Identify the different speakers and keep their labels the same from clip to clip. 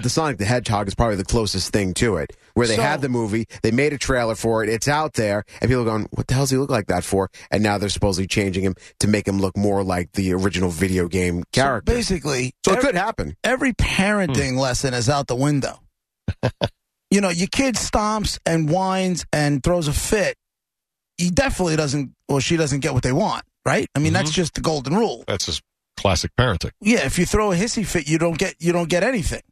Speaker 1: The Sonic the Hedgehog is probably the closest thing to it, where they
Speaker 2: So-
Speaker 1: had the movie, they made a trailer for it, it's out there, and people are going, "What the hell does he look like that for?" And now they're supposedly changing him to make him look more like the original video game character. So,
Speaker 2: Basically,
Speaker 1: it could happen.
Speaker 2: every
Speaker 3: Hmm.
Speaker 2: parenting lesson is out the window. you know, your kid stomps and whines and throws a fit. He definitely doesn't, or she doesn't get what they want, right? I mean,
Speaker 3: Mm-hmm.
Speaker 2: that's just the golden rule.
Speaker 3: That's just classic parenting.
Speaker 2: Yeah, if you throw a hissy fit, you don't get you don't get anything.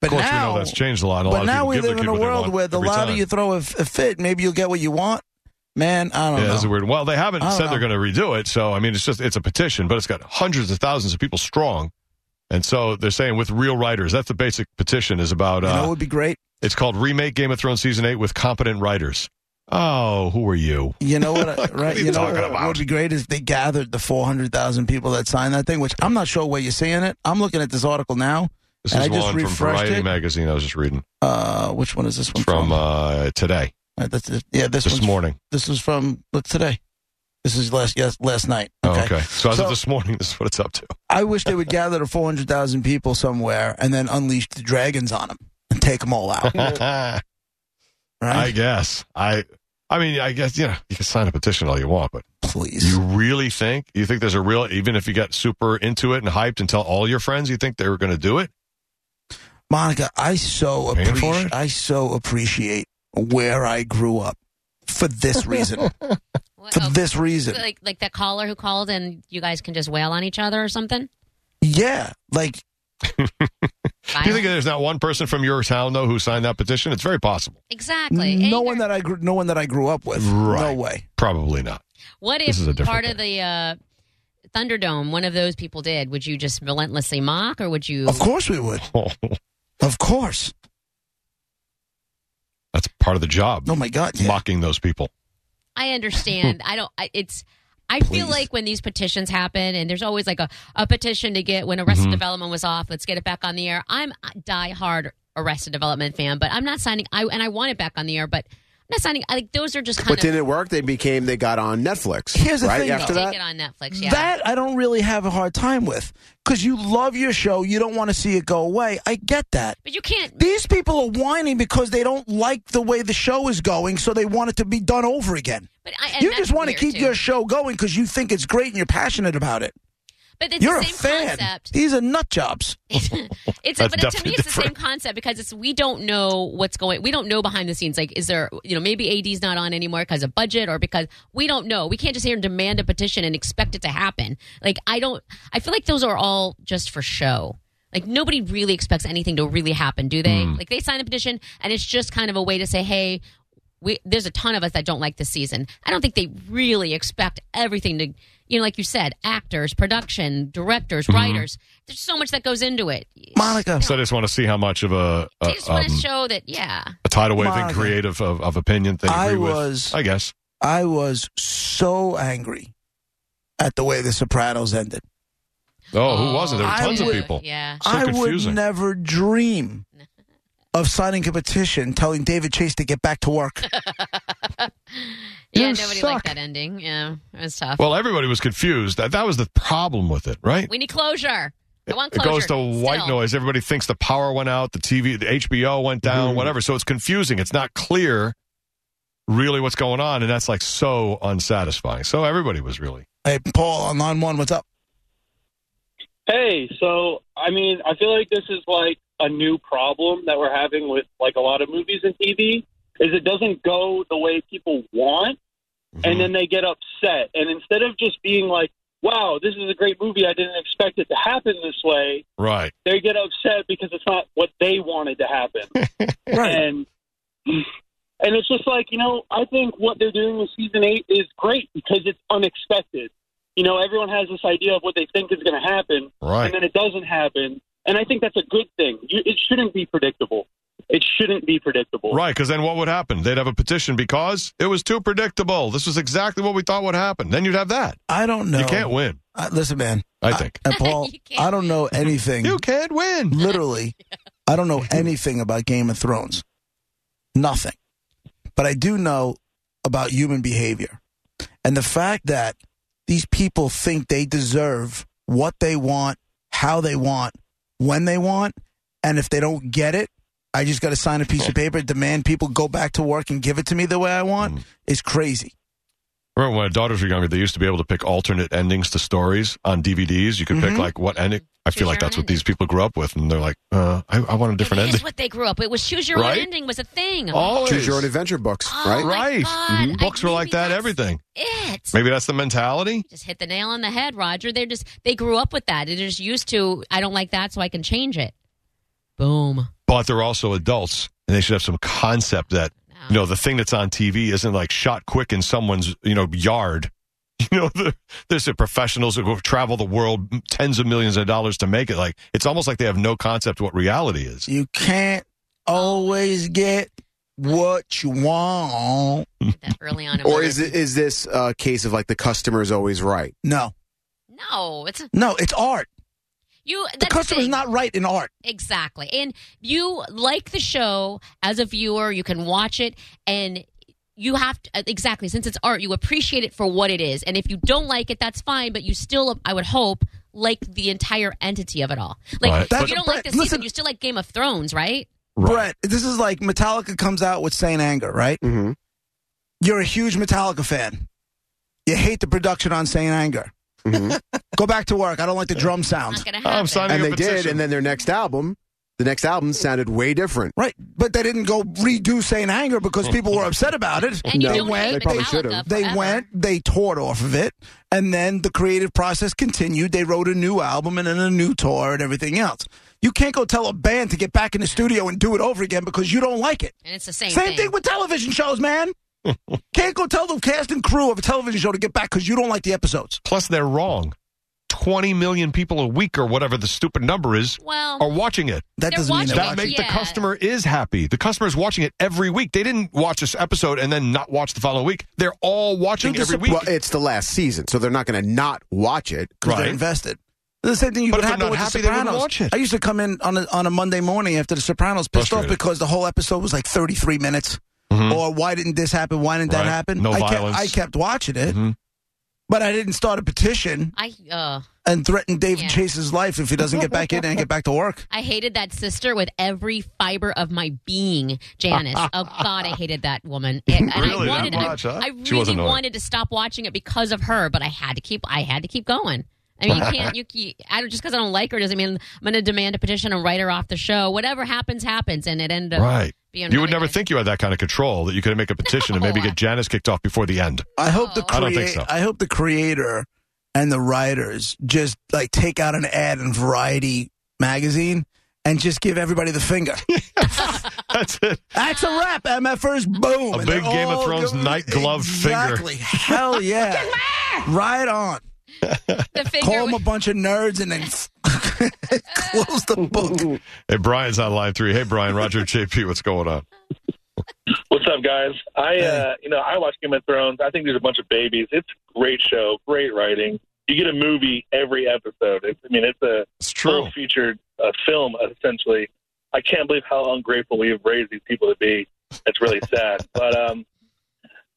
Speaker 2: But
Speaker 3: Of course,
Speaker 2: now,
Speaker 3: we know that's changed a lot. A lot
Speaker 2: but
Speaker 3: of
Speaker 2: now
Speaker 3: people
Speaker 2: we
Speaker 3: give their
Speaker 2: live in
Speaker 3: kid
Speaker 2: a
Speaker 3: what they
Speaker 2: world
Speaker 3: want
Speaker 2: where the
Speaker 3: every
Speaker 2: louder
Speaker 3: time.
Speaker 2: you throw a, f- a fit, maybe you'll get what you want. Man, I don't
Speaker 3: yeah,
Speaker 2: know.
Speaker 3: that's a weird. Well, they haven't
Speaker 2: I don't
Speaker 3: said
Speaker 2: know.
Speaker 3: they're going to redo it, so I mean, it's just it's a petition, but it's got hundreds of thousands of people strong, and so they're saying with real writers. That's the basic petition is about.
Speaker 2: you know,
Speaker 3: Uh,
Speaker 2: it would be great.
Speaker 3: it's called remake Game of Thrones season eight with competent writers. Oh, who are you?
Speaker 2: You know what? I-
Speaker 3: What
Speaker 2: right?
Speaker 3: are
Speaker 2: You
Speaker 3: you
Speaker 2: know
Speaker 3: talking
Speaker 2: what
Speaker 3: about?
Speaker 2: would be great is if they gathered the four hundred thousand people that signed that thing. Which I'm not sure where you're seeing it. I'm looking at this article now.
Speaker 3: This
Speaker 2: And
Speaker 3: is
Speaker 2: I just
Speaker 3: one from
Speaker 2: refreshed
Speaker 3: Variety
Speaker 2: it.
Speaker 3: magazine. I was just reading
Speaker 2: Uh, which one is this one from?
Speaker 3: from uh, today,
Speaker 2: Uh, that's it. yeah, this
Speaker 3: this
Speaker 2: one's-
Speaker 3: morning.
Speaker 2: This is from what's today? This is last yes last night.
Speaker 3: Oh, okay. So as
Speaker 2: So-
Speaker 3: of this morning, this is what it's up to.
Speaker 2: I wish they would gather the 400,000 people somewhere and then unleash the dragons on them and take them all out.
Speaker 3: I
Speaker 2: Right?
Speaker 3: guess. I. I mean, I guess you know you can sign a petition all you want, but
Speaker 2: Please.
Speaker 3: you really think you think there's a real even if you got super into it and hyped and tell all your friends you think they were going to do it.
Speaker 2: Monica, I so,
Speaker 3: Paying for
Speaker 2: appreciate.
Speaker 3: it?
Speaker 2: I so appreciate where I grew up for this reason.
Speaker 4: What-
Speaker 2: for
Speaker 4: oh,
Speaker 2: this reason.
Speaker 4: Like like that caller who called and you guys can just wail on each other or something.
Speaker 2: Yeah. Like,
Speaker 3: Do you think there's not one person from your town though who signed that petition? It's very possible.
Speaker 4: exactly?
Speaker 2: no
Speaker 4: Anger.
Speaker 2: one that I grew, no one that I grew up with. No
Speaker 3: Right.
Speaker 2: way.
Speaker 3: Probably not.
Speaker 4: What
Speaker 3: This is a
Speaker 4: if
Speaker 3: different
Speaker 4: part of the uh, Thunderdome, one of those people did? Would you just relentlessly mock, or would you?
Speaker 2: Of course we would. Of course.
Speaker 3: That's part of the job.
Speaker 2: Oh my God. Yeah.
Speaker 3: Mocking those people.
Speaker 4: I understand. I don't. I, it's. I feel
Speaker 2: Please.
Speaker 4: like when these petitions happen, and there's always like a, a petition to get when Arrested
Speaker 3: Mm-hmm.
Speaker 4: Development was off, let's get it back on the air. I'm a diehard Arrested Development fan, but I'm not signing. I and I want it back on the air, but I'm not signing. I, like those are just kind
Speaker 1: But
Speaker 4: of
Speaker 1: didn't it work? They became they got on Netflix.
Speaker 2: Here's the
Speaker 1: right
Speaker 2: thing,
Speaker 1: after
Speaker 2: though.
Speaker 4: take
Speaker 1: that.
Speaker 4: it on Netflix. Yeah,
Speaker 2: That I don't really have a hard time with because you love your show. You don't want to see it go away. I get that.
Speaker 4: but you can't.
Speaker 2: These people are whining because they don't like the way the show is going, so they want it to be done over again.
Speaker 4: But I, and
Speaker 2: you
Speaker 4: that's
Speaker 2: just want to
Speaker 4: weird,
Speaker 2: keep
Speaker 4: too.
Speaker 2: your show going because you think it's great and you're passionate about it.
Speaker 4: But it's
Speaker 2: You're
Speaker 4: the
Speaker 2: a
Speaker 4: same
Speaker 2: fan.
Speaker 4: concept.
Speaker 2: These are nut jobs.
Speaker 4: It's
Speaker 3: That's
Speaker 4: but to
Speaker 3: definitely
Speaker 4: me, it's the same
Speaker 3: different.
Speaker 4: concept because it's we don't know what's going. We don't know behind the scenes. Like, is there you know maybe AD's not on anymore because of budget or because we don't know. We can't just here and demand a petition and expect it to happen. Like, I don't. I feel like those are all just for show. Like nobody really expects anything to really happen, do they? Like they sign a petition and it's just kind of a way to say, hey. We, there's a ton of us that don't like this season. I don't think they really expect everything to, you know, like you said, actors, production, directors, writers. There's so much that goes into it.
Speaker 2: Monica,
Speaker 3: So I just want to see how much of a a,
Speaker 4: They just want to
Speaker 3: um,
Speaker 4: show that, yeah.
Speaker 3: a tidal wave and
Speaker 2: Monica.
Speaker 3: creative of, of opinion they agree
Speaker 2: I
Speaker 3: with.
Speaker 2: was-
Speaker 3: I guess.
Speaker 2: I was so angry at the way The Sopranos ended.
Speaker 3: Oh, who was it? There were
Speaker 2: I
Speaker 3: tons
Speaker 2: would-
Speaker 3: of people.
Speaker 4: Yeah.
Speaker 3: So
Speaker 2: I would
Speaker 3: confusing.
Speaker 2: never dream of signing a petition telling David Chase to get back to work.
Speaker 4: Yeah,
Speaker 2: You
Speaker 4: nobody
Speaker 2: suck.
Speaker 4: liked that ending. Yeah, it was tough.
Speaker 3: Well, everybody was confused. That that was the problem with it, right?
Speaker 4: we need closure. I want
Speaker 3: it
Speaker 4: closure.
Speaker 3: goes to white
Speaker 4: still.
Speaker 3: noise. Everybody thinks the power went out, the TV, the HBO went down, whatever. So it's confusing. It's not clear really what's going on, and that's like so unsatisfying. So everybody was really
Speaker 2: hey, Paul, on line one, what's up?
Speaker 5: Hey, so I mean, I feel like this is like a new problem that we're having with like a lot of movies and TV is it doesn't go the way people want and then they get upset. And instead of just being like, "Wow, this is a great movie. I didn't expect it to happen this way."
Speaker 3: right.
Speaker 5: They get upset because it's not what they wanted to happen.
Speaker 2: Right.
Speaker 5: and and it's just like you know i think what they're doing with season eight is great because it's unexpected you know everyone has this idea of what they think is going to happen
Speaker 3: Right.
Speaker 5: and then it doesn't happen And I think that's a good thing. You, it shouldn't be predictable. It shouldn't be predictable.
Speaker 3: Right, because then what would happen? They'd have a petition because it was too predictable. This was exactly what we thought would happen. Then you'd have that.
Speaker 2: I don't know.
Speaker 3: You can't win,
Speaker 2: I- listen, man.
Speaker 3: I think.
Speaker 2: And Paul,
Speaker 4: You can't
Speaker 2: I don't know anything.
Speaker 3: you can't win.
Speaker 2: literally, I don't know anything about Game of Thrones. Nothing. But I do know about human behavior. And the fact that these people think they deserve what they want, how they want, when they want, and if they don't get it, I just got to sign a piece of paper, demand people go back to work and give it to me the way I want is crazy.
Speaker 3: Remember when my daughters were younger, they used to be able to pick alternate endings to stories on DVDs. You could pick like what ending. I
Speaker 4: Choose
Speaker 3: feel like
Speaker 4: your
Speaker 3: that's
Speaker 4: own
Speaker 3: what these people grew up with, and they're like, uh, I, I want a different
Speaker 4: It is
Speaker 3: ending.
Speaker 4: what they grew up. It was choose your
Speaker 3: Right? Oh.
Speaker 4: own ending was a thing.
Speaker 3: Always.
Speaker 1: Choose your own adventure books,
Speaker 4: Oh,
Speaker 1: right?
Speaker 4: my
Speaker 3: Right.
Speaker 4: God,
Speaker 3: Mhm.
Speaker 4: I-
Speaker 3: Books were like
Speaker 4: maybe
Speaker 3: that,
Speaker 4: that's
Speaker 3: everything.
Speaker 4: It.
Speaker 3: Maybe that's the mentality.
Speaker 4: Just hit the nail on the head, Roger. They're just they grew up with that. They're just used to I don't like that, so I can change it. Boom.
Speaker 3: but they're also adults and they should have some concept that you know the thing that's on tv isn't like shot quick in someone's you know yard you know the, there's the professionals who go travel the world tens of millions of dollars to make it like it's almost like they have no concept what reality is
Speaker 2: You can't always get what you want.
Speaker 4: Did that early on. in
Speaker 1: Or
Speaker 4: my-
Speaker 1: is it, is this a case of like the customer is always right?
Speaker 2: No,
Speaker 4: no? It's
Speaker 2: no, it's art.
Speaker 4: you.
Speaker 2: The
Speaker 4: That's
Speaker 2: customer's
Speaker 4: thing.
Speaker 2: not right in art.
Speaker 4: Exactly. And you like the show as a viewer, you can watch it and you have to uh, exactly since it's art, you appreciate it for what it is. And if you don't like it, that's fine, but you still I would hope like the entire entity of it all. Like
Speaker 3: Right.
Speaker 4: if
Speaker 2: That's-
Speaker 4: you don't
Speaker 2: but
Speaker 4: like the season,
Speaker 2: listen-
Speaker 4: you still like Game of Thrones, right?
Speaker 2: Brett, this is like Metallica comes out with Saint Anger, right?
Speaker 1: Mm-hmm.
Speaker 2: You're a huge Metallica fan. You hate the production on Saint Anger.
Speaker 1: Mm-hmm.
Speaker 2: Go back to work. I don't like the drum sounds.
Speaker 4: Not gonna happen.
Speaker 3: i'm signing
Speaker 1: And
Speaker 3: a
Speaker 1: they did,
Speaker 3: petition.
Speaker 1: and then their next album, the next album sounded way different.
Speaker 2: Right, but they didn't go redo Saint Anger because people were upset about it.
Speaker 4: and you
Speaker 1: No,
Speaker 4: don't
Speaker 1: they
Speaker 4: hate
Speaker 1: probably
Speaker 4: Metallica
Speaker 1: should've.
Speaker 4: forever.
Speaker 2: They went, they toured off of it, and then the creative process continued. They wrote a new album and then a new tour and everything else. You can't go tell a band to get back in the studio and do it over again because you don't like it.
Speaker 4: And it's the same,
Speaker 2: Same thing. with television shows, man. Can't go tell the cast and crew of a television show to get back because you don't like the episodes.
Speaker 3: plus they're wrong 20 million people a week or whatever the stupid number is
Speaker 4: well
Speaker 3: are watching it
Speaker 2: That
Speaker 4: They're
Speaker 2: doesn't mean they're
Speaker 4: watching it.
Speaker 3: that
Speaker 2: watching.
Speaker 3: make the
Speaker 4: Yeah.
Speaker 3: customer is happy the customer is watching it every week they didn't watch this episode and then not watch the following week they're all watching
Speaker 2: They're
Speaker 3: every week
Speaker 1: Well, it's the last season, so they're not going to not watch it.
Speaker 2: 'cause
Speaker 3: Right.
Speaker 2: They're invested. The same thing you
Speaker 3: But
Speaker 2: would
Speaker 3: if they're
Speaker 2: happen
Speaker 3: not
Speaker 2: with
Speaker 3: happy,
Speaker 2: The
Speaker 3: they wouldn't
Speaker 2: Sopranos.
Speaker 3: watch it.
Speaker 2: I used to come in on a, on a Monday morning after The Sopranos, pissed off
Speaker 3: Frustrated. Mm-hmm.
Speaker 2: because the whole episode was like 33 minutes. Or why didn't this happen? Why didn't
Speaker 3: Right.
Speaker 2: that happen?
Speaker 3: No
Speaker 2: I kept,
Speaker 3: violence.
Speaker 2: I kept watching it,
Speaker 3: Mhm.
Speaker 2: but I didn't start a petition
Speaker 4: I uh
Speaker 2: and threaten David
Speaker 4: Yeah.
Speaker 2: Chase's life if he doesn't get back in and get back to work.
Speaker 4: I hated that sister with every fiber of my being, Janice. oh God, I hated that woman. And, and
Speaker 3: Really?
Speaker 4: I wanted,
Speaker 3: That much,
Speaker 4: I,
Speaker 3: huh?
Speaker 4: I
Speaker 3: She wasn't
Speaker 4: really
Speaker 3: annoying.
Speaker 4: wanted to stop watching it because of her, but I had to keep. I had to keep going. I mean, you can't. You, you I don't just because I don't like her doesn't mean I'm going to demand a petition and write her off the show. Whatever happens, happens, and it ended up
Speaker 3: Right.
Speaker 4: being.
Speaker 3: You would
Speaker 4: really
Speaker 3: never
Speaker 4: good.
Speaker 3: think you had that kind of control that you could make a petition and maybe
Speaker 4: No.
Speaker 3: get Janice kicked off before the end.
Speaker 2: I hope the
Speaker 3: Oh. I don't
Speaker 2: crea-
Speaker 3: think so.
Speaker 2: I hope the creator and the writers just like take out an ad in Variety magazine and just give everybody the finger.
Speaker 3: That's it.
Speaker 2: That's a wrap, MFers. Boom.
Speaker 3: A
Speaker 2: And
Speaker 3: big
Speaker 2: they're
Speaker 3: Game of
Speaker 2: all
Speaker 3: Thrones
Speaker 2: giving-
Speaker 3: night glove finger.
Speaker 2: Exactly. Hell yeah. right on.
Speaker 4: the finger.
Speaker 2: Call them a
Speaker 4: was-
Speaker 2: bunch of nerds and then close the book.
Speaker 3: Hey, Brian's on line three. Hey, Brian, Roger, JP, what's going on?
Speaker 5: What's up, guys? I uh, you know I watch Game of Thrones. I think there's a bunch of babies. It's a great show, great writing. You get a movie every episode. It's, I mean, it's a
Speaker 3: It's
Speaker 5: full
Speaker 3: true.
Speaker 5: featured uh, film essentially. I can't believe how ungrateful we have raised these people to be. It's really sad. but um,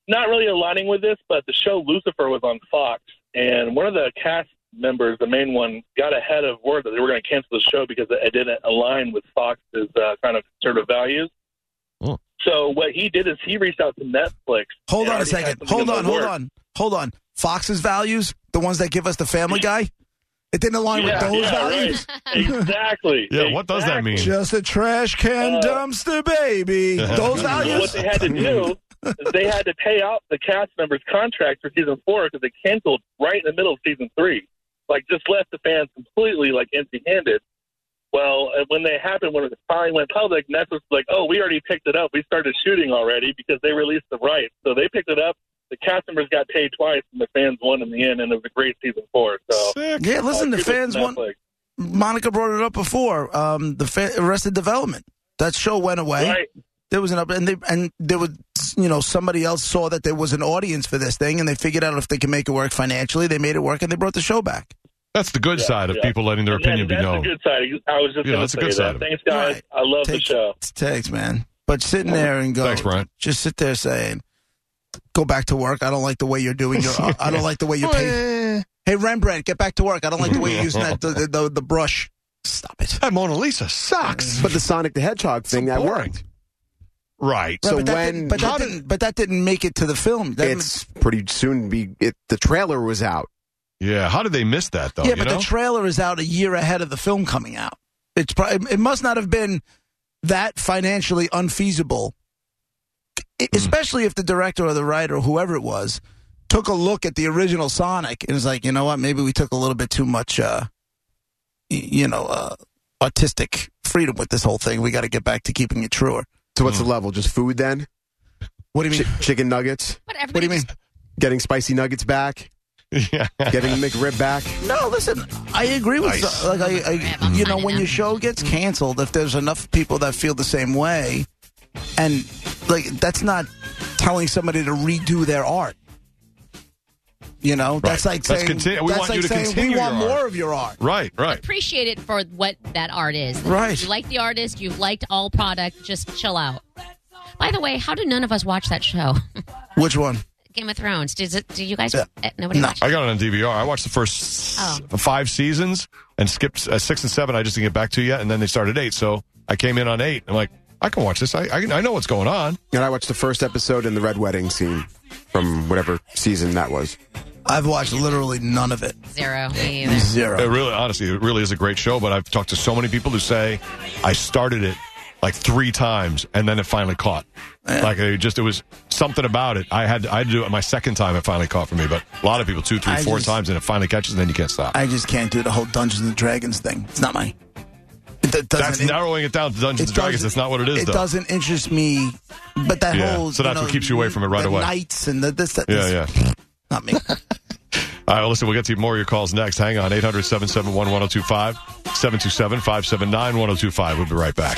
Speaker 5: not really aligning with this, but the show Lucifer was on Fox, and one of the cast members, the main one, got ahead of word that they were going to cancel the show because it didn't align with Fox's uh, kind of conservative values.
Speaker 3: Oh.
Speaker 5: So what he did is he reached out to Netflix.
Speaker 2: Hold on a
Speaker 5: and already had
Speaker 2: second.
Speaker 5: something
Speaker 2: Hold
Speaker 5: in
Speaker 2: on,
Speaker 5: the
Speaker 2: hold
Speaker 5: works.
Speaker 2: on. Hold on. Fox's values, the ones that give us the family guy, it didn't align
Speaker 5: Yeah,
Speaker 2: with those
Speaker 5: yeah,
Speaker 2: values.
Speaker 5: right. exactly.
Speaker 3: Yeah, what does that mean?
Speaker 2: Just a trash can
Speaker 5: Uh,
Speaker 2: dumpster baby. Those
Speaker 5: So what
Speaker 2: values.
Speaker 5: they had to do is they had to pay out the cast members' contracts for season four because they canceled right in the middle of season three. Like, just left the fans completely like empty-handed. Well, and when they happened, when it finally went public, Netflix was like, "Oh, we already picked it up. We started shooting already because they released the rights. So they picked it up. The cast members got paid twice, and the fans won in the end. And it was a great season four. So
Speaker 3: Sick.
Speaker 2: Yeah, listen,
Speaker 5: uh,
Speaker 2: the
Speaker 5: kudos to
Speaker 2: fans want
Speaker 5: Netflix.
Speaker 2: Monica brought it up before. Um, the fa- Arrested Development. That show went away.
Speaker 5: Right.
Speaker 2: There was an up, and they and there was you know somebody else saw that there was an audience for this thing, and they figured out if they could make it work financially. They made it work, and they brought the show back.
Speaker 3: That's the good
Speaker 5: Yeah,
Speaker 3: side of
Speaker 5: yeah.
Speaker 3: people letting their
Speaker 5: Yeah,
Speaker 3: opinion be
Speaker 5: that's
Speaker 3: known.
Speaker 5: a good side. I was just
Speaker 3: Yeah,
Speaker 5: going to
Speaker 3: that's a
Speaker 5: say
Speaker 3: good side
Speaker 5: that.
Speaker 3: of it.
Speaker 5: Thanks, guys.
Speaker 2: Right.
Speaker 5: I love the
Speaker 2: Takes-
Speaker 5: show.
Speaker 2: It takes, man. But sitting there and go,
Speaker 3: Thanks, Brian.
Speaker 2: Just sit there saying, "Go back to work. I don't like the way you're doing your. uh, I don't like the way you're paid. Hey Rembrandt, get back to work. I don't like the way you're using that the, the, the, the brush. Stop it.
Speaker 3: that Mona Lisa sucks.
Speaker 1: But the Sonic the Hedgehog thing that
Speaker 3: boring.
Speaker 1: worked.
Speaker 3: Right.
Speaker 1: So
Speaker 2: Right, but that
Speaker 1: when-
Speaker 2: didn't, but
Speaker 1: How
Speaker 2: that
Speaker 1: did-
Speaker 2: didn't, but that didn't make it to the film. That-
Speaker 1: It's pretty soon be it, the trailer was out.
Speaker 3: Yeah. How did they miss that though?
Speaker 2: yeah,
Speaker 3: you
Speaker 2: but
Speaker 3: know?
Speaker 2: the trailer is out a year ahead of the film coming out. It's probably it must not have been that financially unfeasible, E-
Speaker 3: Hmm.
Speaker 2: especially if the director or the writer, or whoever it was, took a look at the original Sonic and was like, you know what, maybe we took a little bit too much, uh, y- you know, uh, artistic freedom with this whole thing. We got to get back to keeping it truer.
Speaker 1: So what's the level? Just food then?
Speaker 2: What do you Hmm. mean?
Speaker 1: Chi- chicken nuggets?
Speaker 4: But
Speaker 2: What do
Speaker 4: everybody
Speaker 2: you mean?
Speaker 1: Getting spicy nuggets back?
Speaker 3: yeah.
Speaker 1: Getting McRib back?
Speaker 2: No, listen, I agree with
Speaker 3: Nice.
Speaker 2: like I, I you know when your show gets canceled, if there's enough people that feel the same way, and like that's not telling somebody to redo their art. You know, that's like
Speaker 3: Let's
Speaker 2: saying
Speaker 3: continue- we
Speaker 2: that's
Speaker 3: want
Speaker 2: like
Speaker 3: you to
Speaker 2: saying
Speaker 3: continue
Speaker 2: we want
Speaker 3: your art."
Speaker 2: more of your art.
Speaker 3: Right. Right.
Speaker 4: appreciate it for what that art is.
Speaker 2: Right.
Speaker 4: You like the artist, you've liked all product, just chill out. By the way, how did none of us watch that show?
Speaker 2: Which one?
Speaker 4: Game of Thrones. Did it, do you guys
Speaker 2: Yeah.
Speaker 4: eh, nobody
Speaker 2: No.
Speaker 4: watched
Speaker 3: I got it on DVR. I watched the first s- five seasons and skipped uh, six and seven. I just didn't get back to yet, and then they started eight. So I came in on eight. I'm like, I can watch this. I I, can- I know what's going on.
Speaker 1: And I watched the first episode and the red wedding scene from whatever season that was.
Speaker 2: I've watched literally none of it.
Speaker 4: Zero. Me either.
Speaker 3: It
Speaker 2: Zero.
Speaker 3: really, honestly, it really is a great show. But I've talked to so many people who say I started it like three times and then it finally caught. Like it just, it was something about it. I had, to, I had to do it my second time. It finally caught for me. But a lot of people, two, three, four
Speaker 2: I just-
Speaker 3: times, and it finally catches, and then you can't stop.
Speaker 2: I just can't do the whole Dungeons and Dragons thing. It's not my. It, that doesn't.
Speaker 3: That's narrowing it down to
Speaker 2: it
Speaker 3: Dungeons and Dragons.
Speaker 2: doesn't-
Speaker 3: That's not what it is,
Speaker 2: It
Speaker 3: though.
Speaker 2: doesn't interest me. But that
Speaker 3: Yeah,
Speaker 2: whole
Speaker 3: so that's what keeps you away from it right
Speaker 2: the
Speaker 3: away.
Speaker 2: Knights and the this that.
Speaker 3: Yeah,
Speaker 2: this-
Speaker 3: yeah.
Speaker 2: Not me.
Speaker 3: All right, well, listen, we'll get to more of your calls next. Hang on, 800 771 1025, 727 579 1025. We'll be right back.